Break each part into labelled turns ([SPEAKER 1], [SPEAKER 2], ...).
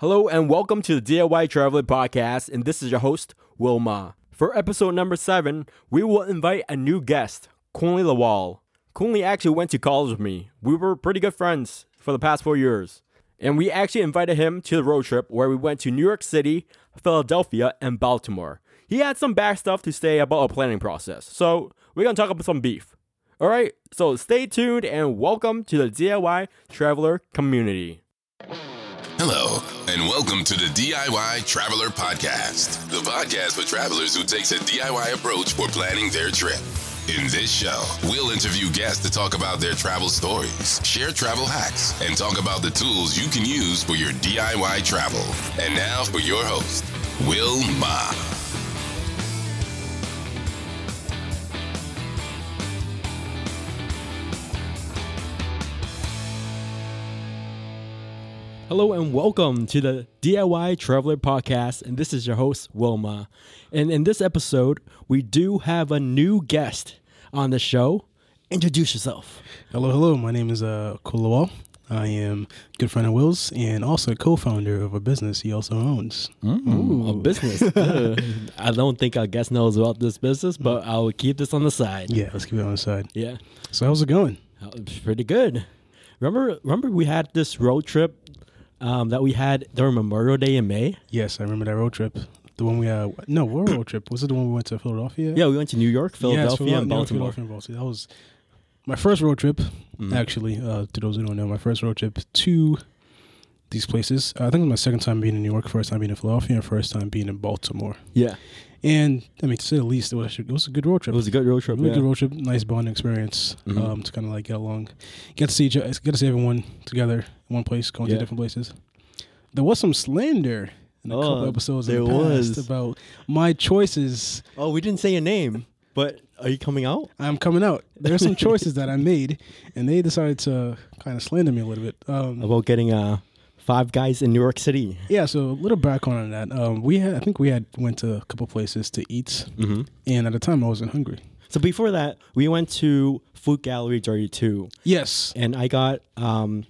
[SPEAKER 1] Hello and welcome to the DIY Traveler Podcast, and this is your host, Will Ma. For episode number seven, we will invite a new guest, Kunli Lawal. Kunli actually went to college with me. We were pretty good friends for the past four years. And we actually invited him to the road trip where we went to New York City, Philadelphia, and Baltimore. He had some back stuff to say about our planning process, so we're gonna talk about some beef. Alright, so stay tuned and welcome to the DIY Traveler community.
[SPEAKER 2] Hello, and welcome to the DIY Traveler Podcast, the podcast for travelers who takes a DIY approach for planning their trip. In this show, we'll interview guests to talk about their travel stories, share travel hacks, and talk about the tools you can use for your DIY travel. And now for your host, Will Ma.
[SPEAKER 1] Hello and welcome to the DIY Traveler Podcast, and this is your host Wilma. And in this episode, we do have a new guest on the show. Introduce yourself.
[SPEAKER 3] Hello, hello. My name is uh, Kulawal. I am a good friend of Will's and also a co-founder of a business he also owns.
[SPEAKER 1] Mm. A business. Uh, I don't think our guest knows about this business, but I'll keep this on the side.
[SPEAKER 3] Yeah, let's keep it on the side.
[SPEAKER 1] Yeah,
[SPEAKER 3] So how's it going?
[SPEAKER 1] That was pretty good. Remember, remember we had this road trip um, that we had during Memorial Day in May.
[SPEAKER 3] Yes, I remember that road trip. The one we uh, no, what road trip was it? The one we went to Philadelphia?
[SPEAKER 1] Yeah, we went to New York,
[SPEAKER 3] Yes,
[SPEAKER 1] Philadelphia,
[SPEAKER 3] Phila-
[SPEAKER 1] and
[SPEAKER 3] no,
[SPEAKER 1] Baltimore. Mm-hmm.
[SPEAKER 3] Philadelphia and Baltimore. That was my first road trip, actually. Uh, to those who don't know, my first road trip to these places. I think it was my second time being in New York, first time being in Philadelphia, and first time being in Baltimore.
[SPEAKER 1] Yeah,
[SPEAKER 3] And I mean, to say the least, it was actually, it was a good road
[SPEAKER 1] it
[SPEAKER 3] trip.
[SPEAKER 1] was a good road trip.
[SPEAKER 3] Really
[SPEAKER 1] yeah. Mm-hmm.
[SPEAKER 3] good road trip, nice bonding experience. Um, to kind of like get along, get to see each, get to see everyone together in one place, going
[SPEAKER 1] Yeah.
[SPEAKER 3] to different places. There was some slander in a couple
[SPEAKER 1] Oh,
[SPEAKER 3] episodes
[SPEAKER 1] there
[SPEAKER 3] in the past
[SPEAKER 1] was.
[SPEAKER 3] about my choices.
[SPEAKER 1] Oh, we didn't say your name, but are you coming out?
[SPEAKER 3] I'm coming out. There's some choices that I made, and they decided to kind of slander me a little bit. Um,
[SPEAKER 1] About getting uh, five guys in New York City.
[SPEAKER 3] yeah, so a little background on that. Um, we had, I think we had went to a couple places to eat,
[SPEAKER 1] Mm-hmm.
[SPEAKER 3] and at the time I wasn't hungry.
[SPEAKER 1] So before that, we went to Food Gallery Dirty 2,
[SPEAKER 3] Yes,
[SPEAKER 1] and I got um,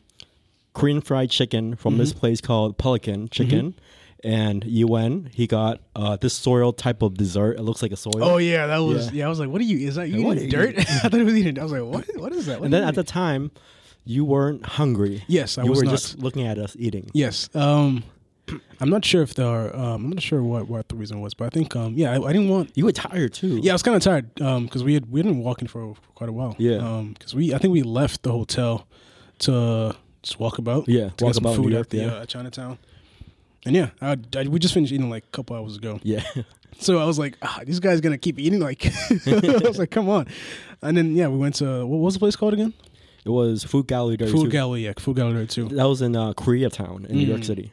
[SPEAKER 1] Korean fried chicken from this
[SPEAKER 3] Mm-hmm.
[SPEAKER 1] place called Pelican Chicken. And Yuen, he got uh, this soil type of dessert. It looks like a soil.
[SPEAKER 3] Oh yeah, that was
[SPEAKER 1] Yeah.
[SPEAKER 3] yeah. I was like, "What are you? Is that you
[SPEAKER 1] What
[SPEAKER 3] eating
[SPEAKER 1] are you
[SPEAKER 3] dirt?" I thought it was eating. I was like, "What? What is that?" What
[SPEAKER 1] and
[SPEAKER 3] are
[SPEAKER 1] then
[SPEAKER 3] you
[SPEAKER 1] at the
[SPEAKER 3] eating?"
[SPEAKER 1] time, you weren't hungry.
[SPEAKER 3] Yes, I
[SPEAKER 1] you
[SPEAKER 3] was
[SPEAKER 1] were
[SPEAKER 3] not.
[SPEAKER 1] just looking at us eating.
[SPEAKER 3] yes, um, I'm not sure if there are. Um, I'm not sure what what the reason was, but I think um, yeah, I, I didn't want.
[SPEAKER 1] You were tired too.
[SPEAKER 3] Yeah, I was kind of tired um because we had we had been walking for quite a while.
[SPEAKER 1] Yeah.
[SPEAKER 3] um because we I think we left the hotel to just walk about.
[SPEAKER 1] Yeah,
[SPEAKER 3] to
[SPEAKER 1] walk
[SPEAKER 3] get some
[SPEAKER 1] about in
[SPEAKER 3] food
[SPEAKER 1] New York,
[SPEAKER 3] at the
[SPEAKER 1] yeah.
[SPEAKER 3] uh, Chinatown. And yeah, I, I, we just finished eating like a couple hours ago.
[SPEAKER 1] yeah.
[SPEAKER 3] So I was like, ah, this guy's gonna keep eating. Like, I was like, come on. And then yeah, we went to what was the place called again?
[SPEAKER 1] It was Food Gallery Dirty
[SPEAKER 3] Food
[SPEAKER 1] 2.
[SPEAKER 3] gallery, yeah, food gallery too.
[SPEAKER 1] that was in uh, Koreatown in New
[SPEAKER 3] Mm.
[SPEAKER 1] York City.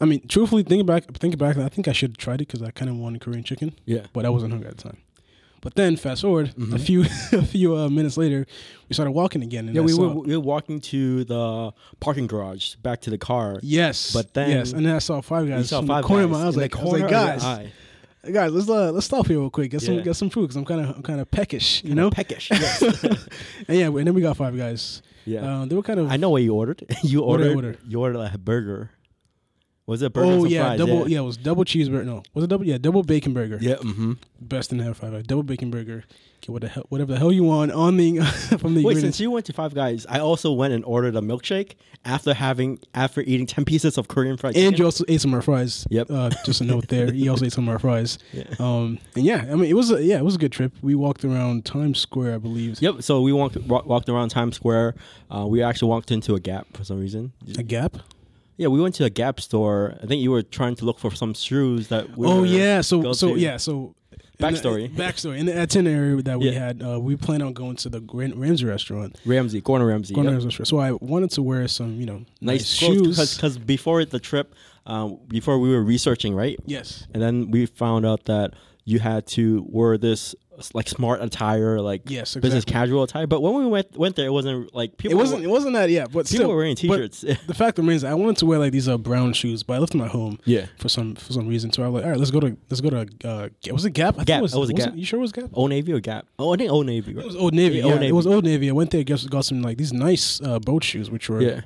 [SPEAKER 3] I mean, truthfully, thinking back, thinking back, I think I should have tried it because I kind of wanted Korean chicken.
[SPEAKER 1] Yeah. Mm-hmm.
[SPEAKER 3] but I wasn't hungry at the time. But then, fast forward a few a few uh, minutes later, we started walking again. And
[SPEAKER 1] Yeah,
[SPEAKER 3] I
[SPEAKER 1] we were,
[SPEAKER 3] saw-
[SPEAKER 1] we were walking to the parking garage back to the car.
[SPEAKER 3] Yes,
[SPEAKER 1] But then-
[SPEAKER 3] yes, and then I saw five guys.
[SPEAKER 1] You saw
[SPEAKER 3] from
[SPEAKER 1] five
[SPEAKER 3] the corner of
[SPEAKER 1] guys
[SPEAKER 3] my eye. I was
[SPEAKER 1] in the
[SPEAKER 3] like, I was
[SPEAKER 1] corner of
[SPEAKER 3] like,
[SPEAKER 1] your
[SPEAKER 3] guys,
[SPEAKER 1] eye.
[SPEAKER 3] guys, let's uh, let's stop here real quick. Get
[SPEAKER 1] Yeah.
[SPEAKER 3] some get some food because I'm kind of I'm kind of peckish, you know.
[SPEAKER 1] peckish. Yes.
[SPEAKER 3] and yeah, and then we got five guys.
[SPEAKER 1] Yeah.
[SPEAKER 3] Uh, they were kind of
[SPEAKER 1] I know what you ordered. you
[SPEAKER 3] What did I
[SPEAKER 1] ordered
[SPEAKER 3] order?
[SPEAKER 1] you ordered a burger. Was it a burger? and
[SPEAKER 3] oh
[SPEAKER 1] some
[SPEAKER 3] yeah,
[SPEAKER 1] fries?
[SPEAKER 3] double yeah. it was double cheeseburger. No, was it double? Yeah, double bacon burger.
[SPEAKER 1] Yeah, mm-hmm.
[SPEAKER 3] best in the five. hour. Double bacon burger. Get what the hell, whatever the hell you want on the from the
[SPEAKER 1] Wait,
[SPEAKER 3] ingredients.
[SPEAKER 1] since you went to Five Guys, I also went and ordered a milkshake after having after eating ten pieces of Korean fried chicken.
[SPEAKER 3] and you also ate some of our fries.
[SPEAKER 1] Yep.
[SPEAKER 3] Uh, just a note there. He also ate some of our fries. Um, and yeah, I mean, it was a, yeah, it was a good trip. We walked around Times Square, I believe.
[SPEAKER 1] Yep. So we walked wa- walked around Times Square. Uh, we actually walked into a Gap for some reason.
[SPEAKER 3] A Gap.
[SPEAKER 1] Yeah, we went to a Gap store. I think you were trying to look for some shoes that. We
[SPEAKER 3] oh
[SPEAKER 1] were-
[SPEAKER 3] yeah. So
[SPEAKER 1] go
[SPEAKER 3] so
[SPEAKER 1] to.
[SPEAKER 3] yeah. So in the-
[SPEAKER 1] Backstory.
[SPEAKER 3] backstory. In the itinerary that we
[SPEAKER 1] Yeah.
[SPEAKER 3] had, uh, we plan on going to the Grand Ramsey restaurant.
[SPEAKER 1] Ramsey, Gordon Ramsey.
[SPEAKER 3] Gordon
[SPEAKER 1] yep.
[SPEAKER 3] Ramsay restaurant. So I wanted to wear some, you know, nice,
[SPEAKER 1] nice
[SPEAKER 3] shoes.
[SPEAKER 1] because before the trip, um, before we were researching, right?
[SPEAKER 3] yes.
[SPEAKER 1] And then we found out that you had to wear this like smart attire, like
[SPEAKER 3] Yes,
[SPEAKER 1] business
[SPEAKER 3] exactly.
[SPEAKER 1] casual attire. But when we went went there, it wasn't like people.
[SPEAKER 3] It wasn't.
[SPEAKER 1] were-
[SPEAKER 3] It wasn't that. Yeah, but
[SPEAKER 1] People
[SPEAKER 3] still,
[SPEAKER 1] were wearing
[SPEAKER 3] but
[SPEAKER 1] t-shirts.
[SPEAKER 3] the fact remains, I wanted to wear like these uh, brown shoes, but I left them at home.
[SPEAKER 1] Yeah.
[SPEAKER 3] For some for some reason, so I was like, all right, let's go to let's go to uh, Ga- was it Gap? I
[SPEAKER 1] Gap.
[SPEAKER 3] Think it was,
[SPEAKER 1] It was a Gap.
[SPEAKER 3] you sure it was Gap?
[SPEAKER 1] Old Navy or Gap? Oh, I think Old Navy. Right?
[SPEAKER 3] It was Old Navy.
[SPEAKER 1] Yeah,
[SPEAKER 3] Yeah,
[SPEAKER 1] Old Navy.
[SPEAKER 3] it was Old Navy. I went there, got, got some like these nice uh, boat shoes, which were
[SPEAKER 1] Yeah.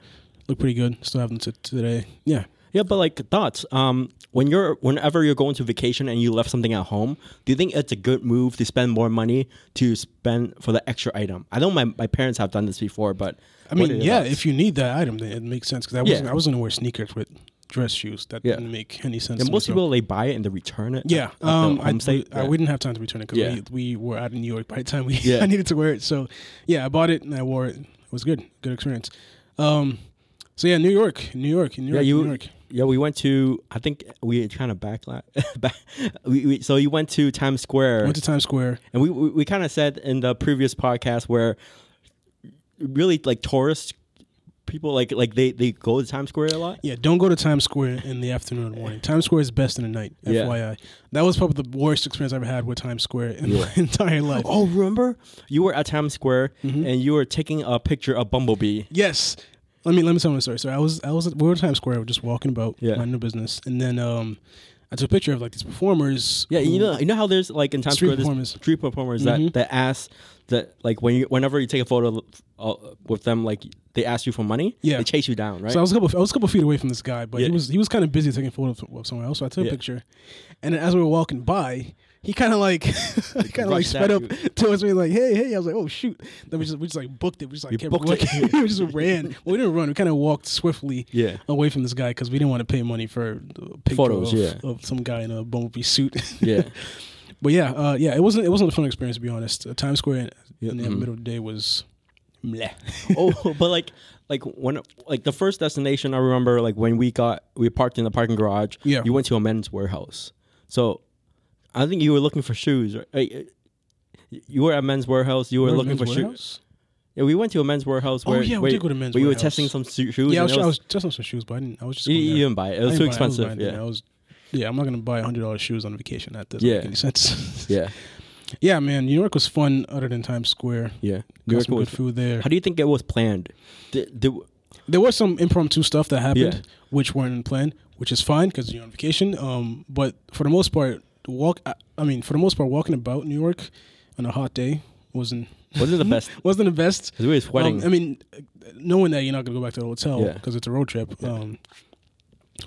[SPEAKER 3] look pretty good. Still have them to today. Yeah.
[SPEAKER 1] Yeah, but like thoughts. Um, when you're whenever you're going to vacation and you left something at home, do you think it's a good move to spend more money to spend for the extra item? I know my, my parents have done this before, but
[SPEAKER 3] I
[SPEAKER 1] what
[SPEAKER 3] mean,
[SPEAKER 1] are your
[SPEAKER 3] yeah,
[SPEAKER 1] thoughts?
[SPEAKER 3] if you need that item, then it makes sense because I
[SPEAKER 1] Yeah.
[SPEAKER 3] wasn't I wasn't gonna wear sneakers with dress shoes. That
[SPEAKER 1] Yeah.
[SPEAKER 3] didn't make any sense.
[SPEAKER 1] And
[SPEAKER 3] to
[SPEAKER 1] most
[SPEAKER 3] me, so-
[SPEAKER 1] people they buy it and they return it.
[SPEAKER 3] Yeah,
[SPEAKER 1] at the
[SPEAKER 3] um, I,
[SPEAKER 1] home state.
[SPEAKER 3] I
[SPEAKER 1] Yeah.
[SPEAKER 3] wouldn't have time to return it because
[SPEAKER 1] Yeah.
[SPEAKER 3] we, we were out in New York by the time we
[SPEAKER 1] Yeah.
[SPEAKER 3] I needed to wear it. So yeah, I bought it and I wore it. It was good, good experience. Um, so yeah, New York, New York, New York,
[SPEAKER 1] Yeah,
[SPEAKER 3] New
[SPEAKER 1] you.
[SPEAKER 3] York.
[SPEAKER 1] Yeah, we went to. I think we kind of backlash. back, we, we, so you went to Times Square.
[SPEAKER 3] Went to Times Square.
[SPEAKER 1] And we we, we kind of said in the previous podcast where really like tourist people like like they they go to Times Square a lot.
[SPEAKER 3] Yeah, don't go to Times Square in the afternoon or morning. Times Square is best in the night.
[SPEAKER 1] Yeah.
[SPEAKER 3] FYI, that was probably the worst experience I've had with Times Square in my entire life.
[SPEAKER 1] Oh, remember you were at Times Square
[SPEAKER 3] Mm-hmm.
[SPEAKER 1] and you were taking a picture of Bumblebee.
[SPEAKER 3] Yes. Let me let me tell my story. So I was I was at we were at Times Square, we were just walking about,
[SPEAKER 1] Yeah.
[SPEAKER 3] minding our business, and then um, I took a picture of like these performers.
[SPEAKER 1] Yeah, you
[SPEAKER 3] who-
[SPEAKER 1] know, you know how there's like in Times
[SPEAKER 3] Street
[SPEAKER 1] Square, there's
[SPEAKER 3] performers. Mm-hmm.
[SPEAKER 1] street performers that that ask that like when you whenever you take a photo uh, with them, like they ask you for money.
[SPEAKER 3] Yeah.
[SPEAKER 1] they chase you down, right?
[SPEAKER 3] So I was a couple I was a couple feet away from this guy, but
[SPEAKER 1] Yeah.
[SPEAKER 3] he was he was kind of busy taking photos of someone else. So I took
[SPEAKER 1] Yeah.
[SPEAKER 3] a picture, and then as we were walking by, he kind of like he kind of like
[SPEAKER 1] Rushed at
[SPEAKER 3] sped up
[SPEAKER 1] you.
[SPEAKER 3] towards me like hey hey. I was like oh shoot. Then we just we just like booked it. We just like kept
[SPEAKER 1] booked it.
[SPEAKER 3] walking. we just ran. Well, we didn't run. We kind of walked swiftly
[SPEAKER 1] Yeah.
[SPEAKER 3] away from this guy because we didn't want to pay money for a picture
[SPEAKER 1] Photos,
[SPEAKER 3] of,
[SPEAKER 1] yeah.
[SPEAKER 3] of some guy in a bumblebee suit.
[SPEAKER 1] yeah,
[SPEAKER 3] But yeah, uh, yeah, it wasn't it wasn't a fun experience to be honest. Uh, Times Square in, in the
[SPEAKER 1] Mhm.
[SPEAKER 3] middle of the day was bleh.
[SPEAKER 1] oh, but like, like when, like the first destination I remember, like when we got we parked in the parking garage.
[SPEAKER 3] Yeah.
[SPEAKER 1] you went to a men's warehouse. So, I think you were looking for shoes. Right? Eh, eh, You were at men's warehouse. You were looking for shoes. Yeah, we went to a men's warehouse.
[SPEAKER 3] Oh,
[SPEAKER 1] Where,
[SPEAKER 3] yeah, we
[SPEAKER 1] where-
[SPEAKER 3] did go to men's
[SPEAKER 1] where you were
[SPEAKER 3] warehouse.
[SPEAKER 1] testing some su- shoes.
[SPEAKER 3] Yeah, I
[SPEAKER 1] and
[SPEAKER 3] was,
[SPEAKER 1] it
[SPEAKER 3] I was just on some shoes, but I didn't. I was just
[SPEAKER 1] you,
[SPEAKER 3] going
[SPEAKER 1] you
[SPEAKER 3] there.
[SPEAKER 1] didn't buy it. It was
[SPEAKER 3] I
[SPEAKER 1] too
[SPEAKER 3] didn't buy- I wasn't
[SPEAKER 1] expensive.
[SPEAKER 3] buying anything.
[SPEAKER 1] Yeah,
[SPEAKER 3] I was. Yeah, I'm not gonna buy hundred dollars shoes on vacation. That doesn't
[SPEAKER 1] Yeah.
[SPEAKER 3] make any sense.
[SPEAKER 1] yeah,
[SPEAKER 3] yeah, man, New York was fun. Other than Times Square,
[SPEAKER 1] yeah. New
[SPEAKER 3] got
[SPEAKER 1] York
[SPEAKER 3] some
[SPEAKER 1] was-
[SPEAKER 3] good food there.
[SPEAKER 1] How do you think it was planned? Did, did,
[SPEAKER 3] there was some impromptu stuff that happened
[SPEAKER 1] Yeah.
[SPEAKER 3] which weren't planned which is fine because you're on vacation um but for the most part the walk I, I mean for the most part walking about new york on a hot day wasn't
[SPEAKER 1] wasn't
[SPEAKER 3] Hmm?
[SPEAKER 1] the best
[SPEAKER 3] wasn't the best
[SPEAKER 1] because we were
[SPEAKER 3] um,
[SPEAKER 1] sweating.
[SPEAKER 3] i mean knowing that you're not going to go back to the hotel
[SPEAKER 1] Yeah.
[SPEAKER 3] because it's a road trip um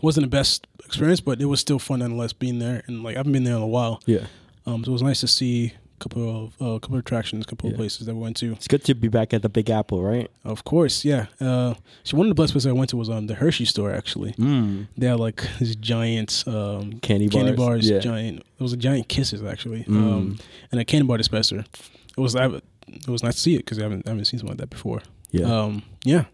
[SPEAKER 3] wasn't the best experience but it was still fun nonetheless being there and like i haven't been there in a while
[SPEAKER 1] yeah,
[SPEAKER 3] um so it was nice to see a couple of uh, couple of attractions a couple
[SPEAKER 1] Yeah.
[SPEAKER 3] of places that we went to
[SPEAKER 1] it's good to be back at the Big Apple, right?
[SPEAKER 3] of course yeah uh so one of the best places i went to was um the hershey store actually
[SPEAKER 1] Mm.
[SPEAKER 3] they had like these giant um,
[SPEAKER 1] Candy bars.
[SPEAKER 3] candy bars.
[SPEAKER 1] Yeah. Hmm.
[SPEAKER 3] Giant. It was a giant kisses actually, um, and a candy bar dispenser. It was I, it was nice to see it because I haven't I haven't seen something like that before.
[SPEAKER 1] Yeah.
[SPEAKER 3] Um, yeah.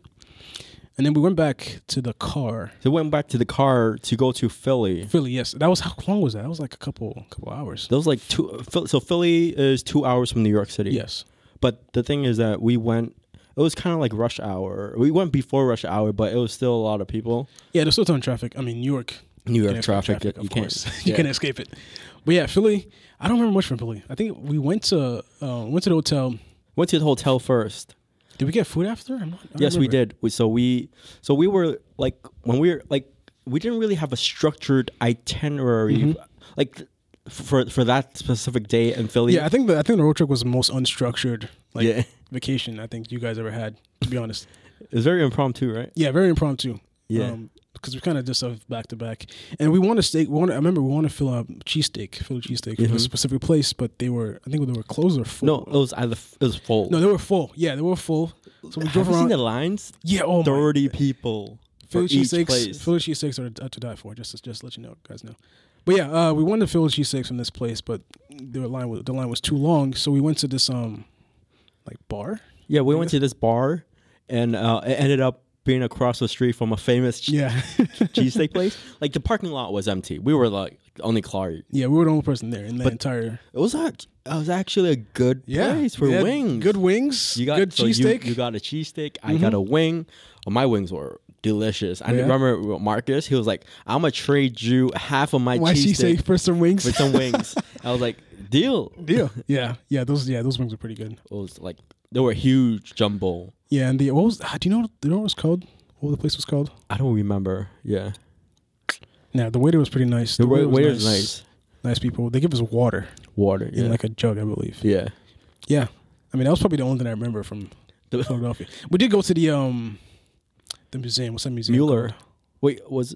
[SPEAKER 3] And then we went back to the car.
[SPEAKER 1] So we went back to the car to go to Philly.
[SPEAKER 3] Philly, yes. That was how long was that? That was like a couple couple hours.
[SPEAKER 1] That was like two. Phil- So Philly is two hours from New York City.
[SPEAKER 3] Yes.
[SPEAKER 1] But the thing is that we went. It was kind of like rush hour. We went before rush hour, but it was still a lot of people.
[SPEAKER 3] Yeah, there's still ton of traffic. I mean, New York.
[SPEAKER 1] New
[SPEAKER 3] you
[SPEAKER 1] York
[SPEAKER 3] can't escape
[SPEAKER 1] traffic, you
[SPEAKER 3] of
[SPEAKER 1] can't-
[SPEAKER 3] course. you
[SPEAKER 1] yeah.
[SPEAKER 3] can escape it. But yeah, Philly. I don't remember much from Philly. I think we went to uh, went to the hotel.
[SPEAKER 1] Went to the hotel first.
[SPEAKER 3] Did we get food after? I'm not, I don't
[SPEAKER 1] yes, we
[SPEAKER 3] remember.
[SPEAKER 1] did. We, so we so we were like when we were like we didn't really have a structured itinerary
[SPEAKER 3] Mm-hmm.
[SPEAKER 1] like th- for for that specific day in Philly.
[SPEAKER 3] Yeah, I think the I think the road trip was the most unstructured like
[SPEAKER 1] Yeah.
[SPEAKER 3] vacation I think you guys ever had. To be honest,
[SPEAKER 1] it was very impromptu, right?
[SPEAKER 3] yeah, very impromptu.
[SPEAKER 1] Yeah.
[SPEAKER 3] because we kind of did stuff back to back, and we want to steak. We want. I remember we want to fill up um, cheesesteak, Philly cheesesteak from a specific place, but they were. I think they were closed or full.
[SPEAKER 1] Mm-hmm. No, it was either f- it was full.
[SPEAKER 3] no, they were full. Yeah, they were full. So we
[SPEAKER 1] have
[SPEAKER 3] drove
[SPEAKER 1] you seen
[SPEAKER 3] around.
[SPEAKER 1] the lines?
[SPEAKER 3] yeah, oh my.
[SPEAKER 1] Thirty people for
[SPEAKER 3] Philly
[SPEAKER 1] each
[SPEAKER 3] cheesesteaks.
[SPEAKER 1] place.
[SPEAKER 3] Philly cheesesteaks are to die for. Just to, just to let you know, guys know. But yeah, uh, we wanted Philly cheesesteaks from this place, but the line was, the line was too long, so we went to this um, like bar.
[SPEAKER 1] Yeah, we went to this bar, and uh, it ended up being across the street from a famous che-
[SPEAKER 3] Yeah.
[SPEAKER 1] cheesesteak place. Like the parking lot was empty. We were like the only car. It
[SPEAKER 3] Yeah, we were the only person there in the entire
[SPEAKER 1] was act- it was actually a good place for
[SPEAKER 3] we had
[SPEAKER 1] wings.
[SPEAKER 3] Good wings.
[SPEAKER 1] You got
[SPEAKER 3] good
[SPEAKER 1] so you-
[SPEAKER 3] cheesesteak. Mm-hmm.
[SPEAKER 1] You, got a cheesesteak. I got a wing. Oh, my wings were delicious. I
[SPEAKER 3] Yeah.
[SPEAKER 1] remember Marcus. He was like, "I'm gonna trade you half of my,
[SPEAKER 3] Why
[SPEAKER 1] cheesesteak
[SPEAKER 3] cheesesteak for some wings?
[SPEAKER 1] for some wings." I was like, "Deal." It
[SPEAKER 3] yeah, yeah, yeah. Those yeah, those wings are pretty good.
[SPEAKER 1] was like they were huge jumbo.
[SPEAKER 3] Yeah, and the what was ah, do you know do you know what it was called? What the place was called?
[SPEAKER 1] I don't remember. Yeah,
[SPEAKER 3] Now the waiter was pretty nice. The,
[SPEAKER 1] the
[SPEAKER 3] waiter was
[SPEAKER 1] waiter was nice.
[SPEAKER 3] Nice people. They give us water
[SPEAKER 1] Water. Yeah.
[SPEAKER 3] in like a jug, I believe.
[SPEAKER 1] yeah.
[SPEAKER 3] Yeah, I mean that was probably the only thing I remember from
[SPEAKER 1] The-
[SPEAKER 3] Philadelphia. We did go to the um, the museum. What's that museum?
[SPEAKER 1] Mueller.
[SPEAKER 3] called?
[SPEAKER 1] Wait, was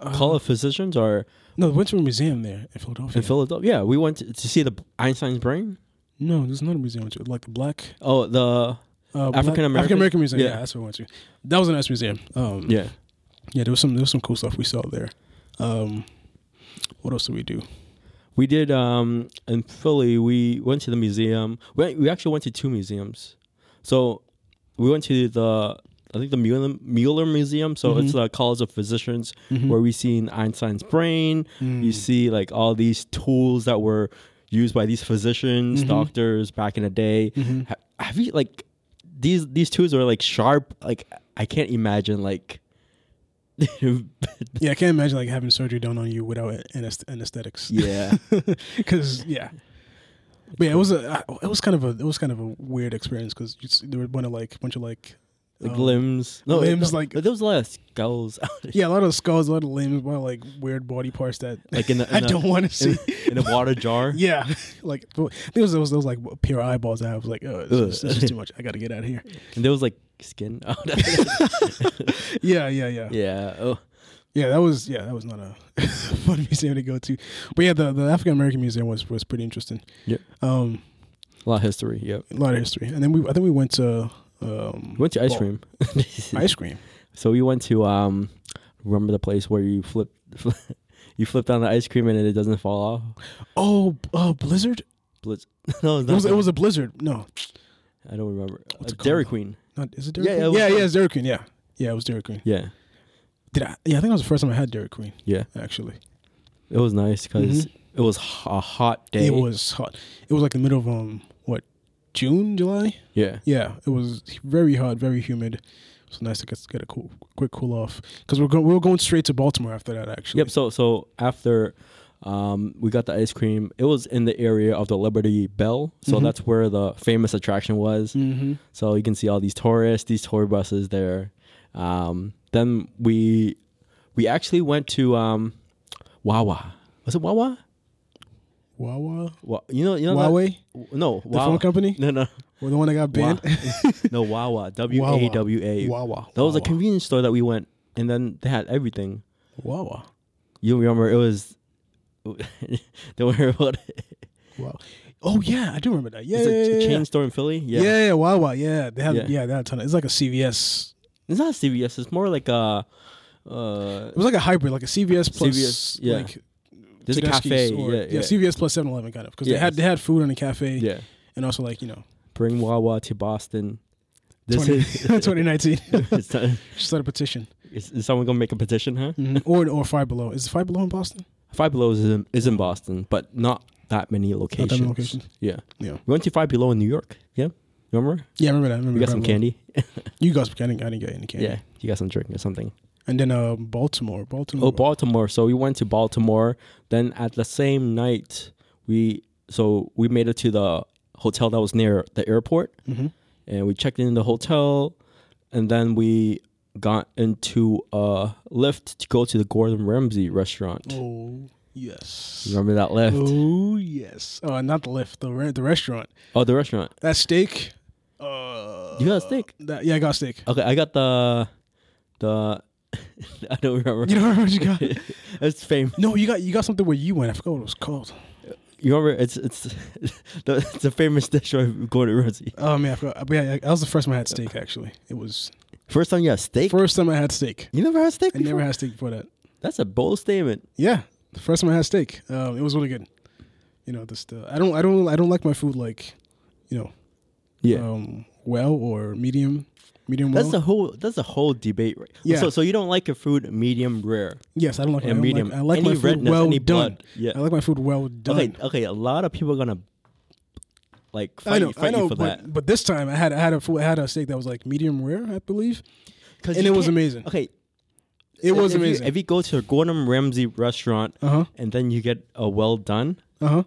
[SPEAKER 1] Call of Physicians or
[SPEAKER 3] No, we went to a museum there in Philadelphia.
[SPEAKER 1] in Philadelphia. Yeah, we went to, to see the Einstein's brain.
[SPEAKER 3] no, there's not a museum. we went to, Like the black
[SPEAKER 1] Oh, the
[SPEAKER 3] uh,
[SPEAKER 1] African American?
[SPEAKER 3] African American museum.
[SPEAKER 1] Yeah.
[SPEAKER 3] Yeah. that's what we went to. That was a nice museum. Um,
[SPEAKER 1] yeah.
[SPEAKER 3] yeah, there was some there was some cool stuff we saw there. Um, what else did we do?
[SPEAKER 1] We did um in Philly. We went to the museum. We we actually went to two museums. So we went to the I think the Mueller, Mueller Museum. So
[SPEAKER 3] Mm-hmm.
[SPEAKER 1] it's the College of Physicians where we seen Einstein's brain.
[SPEAKER 3] Mm.
[SPEAKER 1] You see like all these tools that were used by these physicians,
[SPEAKER 3] Mm-hmm.
[SPEAKER 1] doctors back in the day. Ha- have you like these these tools are like sharp? Like I can't imagine like.
[SPEAKER 3] Yeah, I can't imagine like having surgery done on you without anest- anesthetics.
[SPEAKER 1] yeah.
[SPEAKER 3] because yeah, but yeah, it was a it was kind of a it was kind of a weird experience because there were bunch of like bunch of like
[SPEAKER 1] Like
[SPEAKER 3] um,
[SPEAKER 1] limbs. No,
[SPEAKER 3] limbs,
[SPEAKER 1] no,
[SPEAKER 3] like-
[SPEAKER 1] there was a lot of skulls.
[SPEAKER 3] yeah, a lot of skulls, a lot of limbs, a lot of like weird body parts that
[SPEAKER 1] Like in the-
[SPEAKER 3] I
[SPEAKER 1] in the-
[SPEAKER 3] don't want to see.
[SPEAKER 1] in, in a water jar.
[SPEAKER 3] yeah, like there was those those like pure eyeballs. I was like, oh, this, is- this is too much. I got to get out of here.
[SPEAKER 1] And there was like skin. Oh, no.
[SPEAKER 3] Yeah, yeah, yeah, yeah.
[SPEAKER 1] yeah. Oh.
[SPEAKER 3] that was yeah, that was not a fun museum to go to. But yeah, the the African American Museum was was pretty interesting.
[SPEAKER 1] Yep.
[SPEAKER 3] Um,
[SPEAKER 1] A lot of history. Yep.
[SPEAKER 3] a lot of history, and then we I think we went to um
[SPEAKER 1] We went to ice
[SPEAKER 3] Well,
[SPEAKER 1] cream.
[SPEAKER 3] ice cream.
[SPEAKER 1] so we went to um remember the place where you flip, you flip down the ice cream and it doesn't fall off?
[SPEAKER 3] Oh, uh, Blizzard.
[SPEAKER 1] Blitz. No, it's
[SPEAKER 3] It was,
[SPEAKER 1] not
[SPEAKER 3] it was a blizzard. No,
[SPEAKER 1] that. I don't remember.
[SPEAKER 3] What's
[SPEAKER 1] Uh,
[SPEAKER 3] it called?
[SPEAKER 1] Dairy Queen.
[SPEAKER 3] not is it Dairy
[SPEAKER 1] Yeah, yeah, it
[SPEAKER 3] Queen?
[SPEAKER 1] was-
[SPEAKER 3] Yeah, yeah, it's Dairy Queen. Yeah, yeah, it was Dairy Queen.
[SPEAKER 1] Yeah.
[SPEAKER 3] Did I? Yeah, I think that was the first time I had Dairy Queen.
[SPEAKER 1] Yeah.
[SPEAKER 3] Actually,
[SPEAKER 1] It was nice because it was h- a hot day.
[SPEAKER 3] it was hot. It was like the middle of um what June, July.
[SPEAKER 1] Yeah.
[SPEAKER 3] Yeah, it was very hot, very humid. It was nice to get, get a cool, quick cool off because we're going we were going straight to Baltimore after that. Actually,
[SPEAKER 1] Yep. So so after um, we got the ice cream, it was in the area of the Liberty Bell. So
[SPEAKER 3] Mm-hmm.
[SPEAKER 1] that's where the famous attraction was. Mm-hmm. So you can see all these tourists, these tour buses there. Um, then we we actually went to um, Wawa. Was it Wawa?
[SPEAKER 3] Wawa,
[SPEAKER 1] Wa- you know, you know that-
[SPEAKER 3] Huawei,
[SPEAKER 1] no,
[SPEAKER 3] the phone company,
[SPEAKER 1] No, no,
[SPEAKER 3] or the one that got
[SPEAKER 1] Wa-
[SPEAKER 3] banned.
[SPEAKER 1] no Wawa. W A W A.
[SPEAKER 3] Wawa.
[SPEAKER 1] That was a
[SPEAKER 3] Wawa.
[SPEAKER 1] convenience store that we went, and then they had everything.
[SPEAKER 3] Wawa.
[SPEAKER 1] You remember it was. don't worry about it.
[SPEAKER 3] Wow. Oh yeah, I do remember that. Yeah,
[SPEAKER 1] It's
[SPEAKER 3] yeah,
[SPEAKER 1] a
[SPEAKER 3] yeah,
[SPEAKER 1] ch-
[SPEAKER 3] yeah.
[SPEAKER 1] chain store in Philly. Yeah.
[SPEAKER 3] Yeah, yeah, yeah, Wawa. Yeah, they have.
[SPEAKER 1] Yeah.
[SPEAKER 3] Yeah, they had a ton. Of, it's like a CVS.
[SPEAKER 1] It's not CVS. It's more like a. Uh,
[SPEAKER 3] It was like a hybrid, like a CVS plus.
[SPEAKER 1] CVS, yeah.
[SPEAKER 3] Like
[SPEAKER 1] there's a
[SPEAKER 3] Tedeschi's
[SPEAKER 1] cafe.
[SPEAKER 3] or-
[SPEAKER 1] yeah, yeah.
[SPEAKER 3] CVS plus 7-Eleven kind of because
[SPEAKER 1] Yeah.
[SPEAKER 3] they had they had food in a cafe.
[SPEAKER 1] Yeah.
[SPEAKER 3] and also like you know,
[SPEAKER 1] Bring Wawa to Boston. This
[SPEAKER 3] 20,
[SPEAKER 1] is.
[SPEAKER 3] 2019.
[SPEAKER 1] it's not-
[SPEAKER 3] Just start a petition,
[SPEAKER 1] is, is someone gonna make a petition? Huh?
[SPEAKER 3] or or Five Below. Is Five Below in Boston?
[SPEAKER 1] Five Below is in, is in Boston, but not that many locations.
[SPEAKER 3] locations.
[SPEAKER 1] Yeah.
[SPEAKER 3] Yeah,
[SPEAKER 1] We went to Five Below in New York. Yeah. Remember?
[SPEAKER 3] yeah. I remember that. I remember
[SPEAKER 1] We got some
[SPEAKER 3] Five Below.
[SPEAKER 1] candy.
[SPEAKER 3] You got some candy. I didn't get any candy.
[SPEAKER 1] yeah. You got some drink or something.
[SPEAKER 3] and then uh, Baltimore, Baltimore.
[SPEAKER 1] Oh, Baltimore. So we went to Baltimore. Then at the same night, we so we made it to the hotel that was near the airport,
[SPEAKER 3] Mm-hmm.
[SPEAKER 1] and we checked in the hotel, and then we got into a lift to go to the Gordon Ramsay restaurant.
[SPEAKER 3] oh yes.
[SPEAKER 1] Remember that lift?
[SPEAKER 3] Oh yes. Oh, not the lift. The re- the restaurant.
[SPEAKER 1] Oh, the restaurant.
[SPEAKER 3] That steak. Uh,
[SPEAKER 1] You got a steak.
[SPEAKER 3] that, yeah, I got steak.
[SPEAKER 1] Okay, I got the the. I don't remember.
[SPEAKER 3] You don't remember what you got?
[SPEAKER 1] it's fame.
[SPEAKER 3] No, you got you got something where you went. I forgot what it was called.
[SPEAKER 1] You remember? It's it's the, it's a famous dish of Gordon Ramsay.
[SPEAKER 3] Oh man, I forgot. But yeah, yeah, that was the first time I had steak. Actually, it was
[SPEAKER 1] First time you had steak.
[SPEAKER 3] first time I had steak.
[SPEAKER 1] you never had steak.
[SPEAKER 3] I
[SPEAKER 1] before?
[SPEAKER 3] never had steak before that.
[SPEAKER 1] That's a bold statement.
[SPEAKER 3] Yeah, the first time I had steak, um, it was really good. You know, this uh, I don't I don't I don't like my food like, you know,
[SPEAKER 1] Yeah.
[SPEAKER 3] um, well or medium, medium
[SPEAKER 1] that's
[SPEAKER 3] well.
[SPEAKER 1] a whole that's a whole debate right.
[SPEAKER 3] Yeah.
[SPEAKER 1] So so you don't like your food medium rare.
[SPEAKER 3] yes, I don't like
[SPEAKER 1] and
[SPEAKER 3] I don't
[SPEAKER 1] medium.
[SPEAKER 3] Like, I like
[SPEAKER 1] Any
[SPEAKER 3] my food
[SPEAKER 1] redness,
[SPEAKER 3] well
[SPEAKER 1] any
[SPEAKER 3] done.
[SPEAKER 1] blood. Yeah.
[SPEAKER 3] I like my food well done.
[SPEAKER 1] Okay, okay, a lot of people are gonna like fight,
[SPEAKER 3] I know,
[SPEAKER 1] you, fight
[SPEAKER 3] I know,
[SPEAKER 1] you for
[SPEAKER 3] but,
[SPEAKER 1] that.
[SPEAKER 3] but this time I had I had a food, I had a steak that was like medium rare, I believe.
[SPEAKER 1] 'Cause
[SPEAKER 3] and
[SPEAKER 1] you
[SPEAKER 3] it was
[SPEAKER 1] can't-
[SPEAKER 3] amazing.
[SPEAKER 1] Okay.
[SPEAKER 3] It was
[SPEAKER 1] if
[SPEAKER 3] amazing.
[SPEAKER 1] You, if you go to a Gordon Ramsay restaurant
[SPEAKER 3] Uh huh.
[SPEAKER 1] and then you get a well done,
[SPEAKER 3] Uh huh.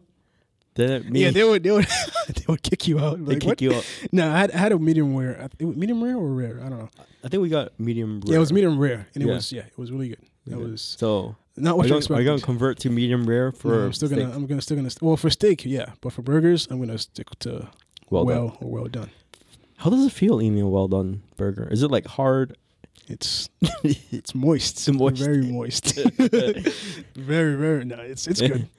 [SPEAKER 1] then it means
[SPEAKER 3] Yeah, they would they would they would kick you out.
[SPEAKER 1] they
[SPEAKER 3] Like,
[SPEAKER 1] kick
[SPEAKER 3] what?
[SPEAKER 1] you out.
[SPEAKER 3] No, I had, I had a medium rare. I th- it was medium rare or rare? I don't know.
[SPEAKER 1] I think we got medium rare.
[SPEAKER 3] Yeah, it was medium rare, and it
[SPEAKER 1] Yeah.
[SPEAKER 3] was yeah, it was really good. That was
[SPEAKER 1] so
[SPEAKER 3] not
[SPEAKER 1] are
[SPEAKER 3] what
[SPEAKER 1] you,
[SPEAKER 3] you
[SPEAKER 1] gonna, are
[SPEAKER 3] expected.
[SPEAKER 1] you gonna convert to medium rare for
[SPEAKER 3] I'm still gonna um
[SPEAKER 1] steak?
[SPEAKER 3] I'm gonna still gonna st- well for steak, yeah, but for burgers, I'm gonna stick to
[SPEAKER 1] Well
[SPEAKER 3] well,
[SPEAKER 1] done.
[SPEAKER 3] or well done.
[SPEAKER 1] How does it feel eating a well done burger? Is it like hard?
[SPEAKER 3] It's it's moist. It's
[SPEAKER 1] moist.
[SPEAKER 3] Very moist. very very no. It's it's good.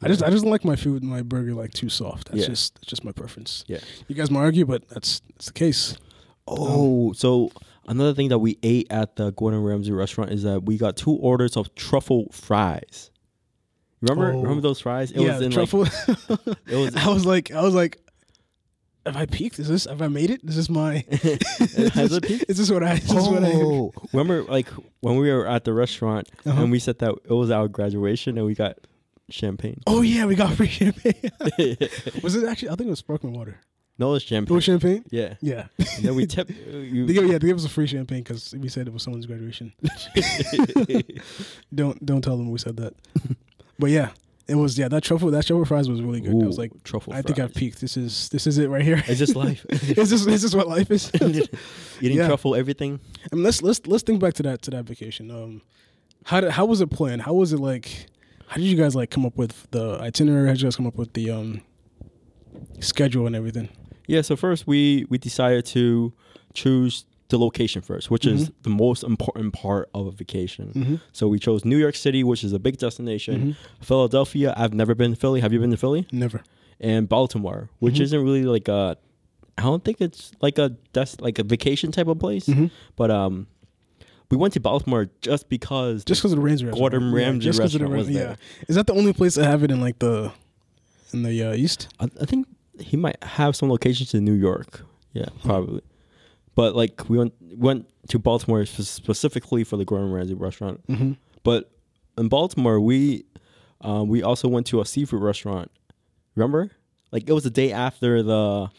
[SPEAKER 3] I just I just don't like my food my burger like too soft. That's
[SPEAKER 1] Yeah.
[SPEAKER 3] just that's just my preference.
[SPEAKER 1] Yeah.
[SPEAKER 3] You guys might argue, but that's that's the case. Um,
[SPEAKER 1] Oh, so another thing that we ate at the Gordon Ramsay restaurant is that we got two orders of truffle fries. Remember,
[SPEAKER 3] Oh.
[SPEAKER 1] remember those fries? It
[SPEAKER 3] yeah,
[SPEAKER 1] was in
[SPEAKER 3] truffle.
[SPEAKER 1] like it was.
[SPEAKER 3] I was like I was like, have I peaked? Is this have I made it? Is this my?
[SPEAKER 1] Has it peaked?
[SPEAKER 3] Is this what I? Is this what I?
[SPEAKER 1] Oh, remember like when we were at the restaurant
[SPEAKER 3] Uh-huh.
[SPEAKER 1] and we said that it was our graduation and we got champagne.
[SPEAKER 3] Oh yeah, we got free champagne. was it actually? I think it was sparkling water.
[SPEAKER 1] No, it's
[SPEAKER 3] It
[SPEAKER 1] champagne.
[SPEAKER 3] was champagne.
[SPEAKER 1] Yeah.
[SPEAKER 3] Yeah.
[SPEAKER 1] And then we tipped.
[SPEAKER 3] They
[SPEAKER 1] You,
[SPEAKER 3] gave, yeah, they gave us a free champagne because we said it was someone's graduation. don't don't tell them we said that. But yeah, it was yeah that truffle that truffle fries was really good. I was
[SPEAKER 1] Ooh,
[SPEAKER 3] like
[SPEAKER 1] truffle
[SPEAKER 3] I think I've
[SPEAKER 1] fries.
[SPEAKER 3] peaked. This is this is it right here.
[SPEAKER 1] it's just life.
[SPEAKER 3] is this is this what life is? I
[SPEAKER 1] Eating
[SPEAKER 3] Yeah.
[SPEAKER 1] truffle, everything.
[SPEAKER 3] mean, let's let's let's think back to that to that vacation. Um, how did, how was it planned? How was it like? How did you guys like come up with the itinerary? How did you guys come up with the um schedule and everything?
[SPEAKER 1] Yeah, so first we we decided to choose the location first, which is the most important part of a vacation. So we chose New York City, which is a big destination. Philadelphia, I've never been to Philly. Have you been to Philly?
[SPEAKER 3] Never.
[SPEAKER 1] And Baltimore, which isn't really like a I don't think it's like a that's like a vacation type of place, but um we went to Baltimore just because
[SPEAKER 3] Just because of the Ramsey restaurant.
[SPEAKER 1] Gordon Ramsay
[SPEAKER 3] just 'cause
[SPEAKER 1] restaurant was
[SPEAKER 3] Ramsay-
[SPEAKER 1] there.
[SPEAKER 3] Is that the only place I have it in like the in the uh, east?
[SPEAKER 1] I, I think he might have some locations in New York. Yeah,
[SPEAKER 3] Hmm.
[SPEAKER 1] probably. But like we went went to Baltimore sp- specifically for the Gordon Ramsay restaurant. Mm-hmm. But in Baltimore, we um, we also went to a seafood restaurant. Remember? Like it was the day after the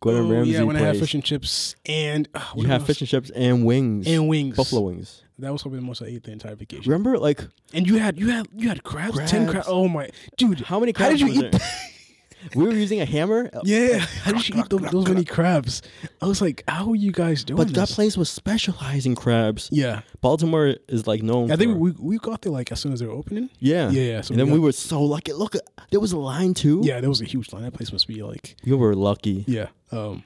[SPEAKER 1] Gordon Ramsay
[SPEAKER 3] Oh, yeah, when
[SPEAKER 1] place.
[SPEAKER 3] I had fish and chips and uh,
[SPEAKER 1] you had fish and chips and wings.
[SPEAKER 3] and wings.
[SPEAKER 1] Buffalo wings.
[SPEAKER 3] That was probably the most I ate the entire vacation.
[SPEAKER 1] Remember like
[SPEAKER 3] And you had you had you had crabs, ten
[SPEAKER 1] Crabs.
[SPEAKER 3] crabs. Oh my dude,
[SPEAKER 1] how many
[SPEAKER 3] How
[SPEAKER 1] crabs
[SPEAKER 3] did you
[SPEAKER 1] was
[SPEAKER 3] eat?
[SPEAKER 1] there? we were using a hammer.
[SPEAKER 3] Yeah, how did you eat those, those many crabs? I was like, how are you guys doing?
[SPEAKER 1] But that
[SPEAKER 3] this?
[SPEAKER 1] place was specializing crabs.
[SPEAKER 3] yeah,
[SPEAKER 1] Baltimore is like known.
[SPEAKER 3] I think
[SPEAKER 1] for-
[SPEAKER 3] we we got there like as soon as they were opening.
[SPEAKER 1] Yeah.
[SPEAKER 3] Yeah, yeah,
[SPEAKER 1] and
[SPEAKER 3] so we
[SPEAKER 1] then
[SPEAKER 3] got-
[SPEAKER 1] we were so lucky. Look, uh, there was a line too.
[SPEAKER 3] Yeah, there was a huge line. That place must be like
[SPEAKER 1] You were lucky.
[SPEAKER 3] yeah, um,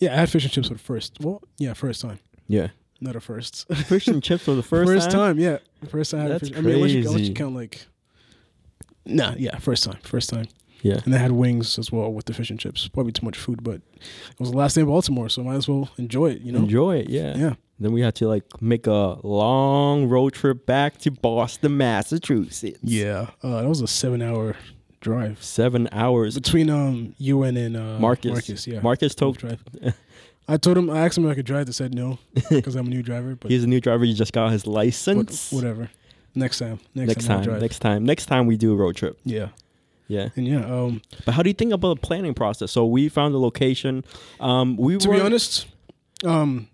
[SPEAKER 3] yeah. I had fish and chips for the first. Well, yeah, first time,
[SPEAKER 1] Yeah.
[SPEAKER 3] not a first.
[SPEAKER 1] Fish and chips for the first,
[SPEAKER 3] time? yeah. First time. I had
[SPEAKER 1] That's
[SPEAKER 3] fish- I mean, unless you, unless
[SPEAKER 1] crazy.
[SPEAKER 3] you count like. Nah, yeah, first time, first time,
[SPEAKER 1] Yeah.
[SPEAKER 3] and they had wings as well with the fish and chips. Probably too much food, but it was the last day in Baltimore, so might as well enjoy it. You know,
[SPEAKER 1] Enjoy it. Yeah.
[SPEAKER 3] yeah,
[SPEAKER 1] Then we had to like make a long road trip back to Boston, Massachusetts.
[SPEAKER 3] yeah. Uh, that was a seven-hour drive
[SPEAKER 1] Seven hours.
[SPEAKER 3] between um UN and uh,
[SPEAKER 1] Marcus.
[SPEAKER 3] Marcus, yeah,
[SPEAKER 1] Marcus told
[SPEAKER 3] drive. I told him I asked him if I could drive. They said no because I'm a new driver, but
[SPEAKER 1] he's a new driver. He just got his
[SPEAKER 3] what-
[SPEAKER 1] license.
[SPEAKER 3] whatever. Next time, next,
[SPEAKER 1] Next
[SPEAKER 3] time, I'll
[SPEAKER 1] time.
[SPEAKER 3] drive.
[SPEAKER 1] Next time. Next time we do a road trip.
[SPEAKER 3] yeah,
[SPEAKER 1] Yeah.
[SPEAKER 3] and yeah. Um,
[SPEAKER 1] But how do you think about the planning process? So we found the location. Um, we
[SPEAKER 3] to
[SPEAKER 1] were,
[SPEAKER 3] be honest, um,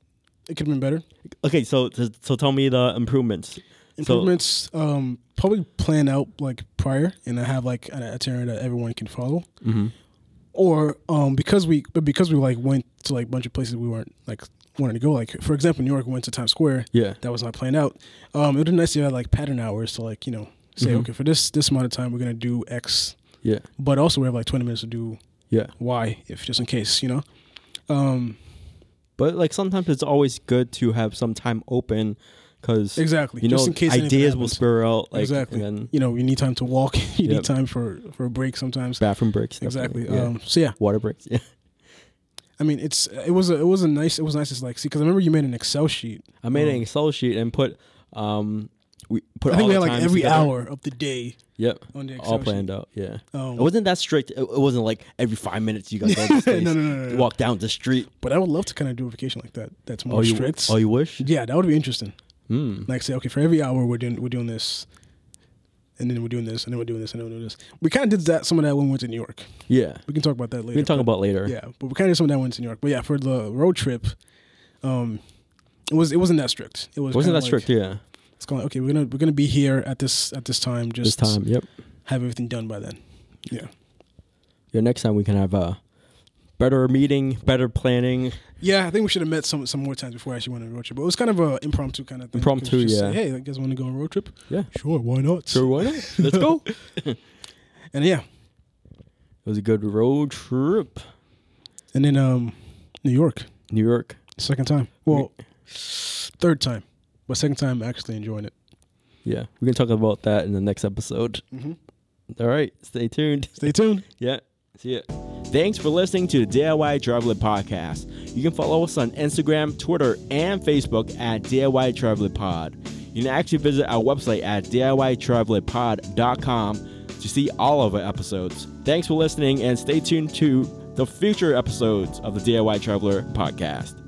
[SPEAKER 3] it could have been better.
[SPEAKER 1] Okay. So so tell me the improvements. So-
[SPEAKER 3] improvements um probably plan out like prior and I have like an itinerary that everyone can follow
[SPEAKER 1] Mm-hmm.
[SPEAKER 3] or um because we but because we like went to like a bunch of places we weren't like wanting to go like for example New York we went to Times Square
[SPEAKER 1] Yeah.
[SPEAKER 3] that was not planned out um it would be nice to have like pattern hours to like you know say
[SPEAKER 1] Mm-hmm.
[SPEAKER 3] okay for this this amount of time we're gonna do X
[SPEAKER 1] Yeah.
[SPEAKER 3] but also we have like 20 minutes to do
[SPEAKER 1] Yeah.
[SPEAKER 3] Y if just in case you know um
[SPEAKER 1] But like sometimes it's always good to have some time open because
[SPEAKER 3] Exactly.
[SPEAKER 1] you know
[SPEAKER 3] Just in case anything
[SPEAKER 1] ideas will
[SPEAKER 3] happens.
[SPEAKER 1] spur out like
[SPEAKER 3] exactly
[SPEAKER 1] and then
[SPEAKER 3] you know you need time to walk you
[SPEAKER 1] Yep.
[SPEAKER 3] need time for for a break sometimes
[SPEAKER 1] bathroom breaks
[SPEAKER 3] exactly
[SPEAKER 1] definitely, yeah.
[SPEAKER 3] um so yeah
[SPEAKER 1] water breaks yeah
[SPEAKER 3] I mean, it's it was a, it was a nice it was nice to like see because I remember you made an Excel sheet.
[SPEAKER 1] I made an Excel sheet and put um we put
[SPEAKER 3] um, I
[SPEAKER 1] all
[SPEAKER 3] think we had
[SPEAKER 1] the
[SPEAKER 3] like
[SPEAKER 1] times
[SPEAKER 3] every
[SPEAKER 1] together.
[SPEAKER 3] hour of the day.
[SPEAKER 1] yep
[SPEAKER 3] on the
[SPEAKER 1] all
[SPEAKER 3] Excel
[SPEAKER 1] planned out yeah
[SPEAKER 3] Um,
[SPEAKER 1] it wasn't that strict it, it wasn't like every five minutes you got to go to the space,
[SPEAKER 3] No, no, no, no, no.
[SPEAKER 1] walk down the street
[SPEAKER 3] But I would love to kind of do a vacation like that. That's more
[SPEAKER 1] oh you
[SPEAKER 3] strict.
[SPEAKER 1] oh you wish
[SPEAKER 3] yeah, that would be interesting.
[SPEAKER 1] Hmm.
[SPEAKER 3] Like say, okay, for every hour we're doing we're doing this, and then we're doing this, and then we're doing this, and then we're doing this. We kind of did that some of that when we went to New York.
[SPEAKER 1] yeah
[SPEAKER 3] We can talk about that later.
[SPEAKER 1] we can talk
[SPEAKER 3] but-
[SPEAKER 1] about later
[SPEAKER 3] Yeah, but we kind of did some of that when we went to New York. But yeah, for the road trip, um, it was it wasn't that strict. It was
[SPEAKER 1] it wasn't
[SPEAKER 3] kinda
[SPEAKER 1] that
[SPEAKER 3] like-
[SPEAKER 1] strict yeah
[SPEAKER 3] It's kind of like, okay, we're gonna we're gonna be here at this at this time.
[SPEAKER 1] this
[SPEAKER 3] Just
[SPEAKER 1] time yep
[SPEAKER 3] have everything done by then. Yeah.
[SPEAKER 1] yeah next time we can have a better meeting better planning
[SPEAKER 3] Yeah, I think we should have met some some more times before I actually went on a road trip. But it was kind of a impromptu kind of thing.
[SPEAKER 1] Impromptu,
[SPEAKER 3] You could just
[SPEAKER 1] yeah.
[SPEAKER 3] Say, hey, I guess I want to go on a road trip.
[SPEAKER 1] yeah
[SPEAKER 3] Sure, why not?
[SPEAKER 1] sure why not let's go
[SPEAKER 3] And yeah,
[SPEAKER 1] It was a good road trip.
[SPEAKER 3] and then um, New York,
[SPEAKER 1] New York.
[SPEAKER 3] second time. Well, Third time, but second time actually enjoying it.
[SPEAKER 1] Yeah, we're gonna talk about that in the next episode. All right, stay tuned.
[SPEAKER 3] Stay tuned.
[SPEAKER 1] Mm-hmm. Yeah, see ya. Thanks for listening to the DIY Traveler podcast. You can follow us on Instagram, Twitter, and Facebook at DIY Traveler Pod. You can actually visit our website at DIYTravelerPod.com to see all of our episodes. Thanks for listening and stay tuned to the future episodes of the DIY Traveler podcast.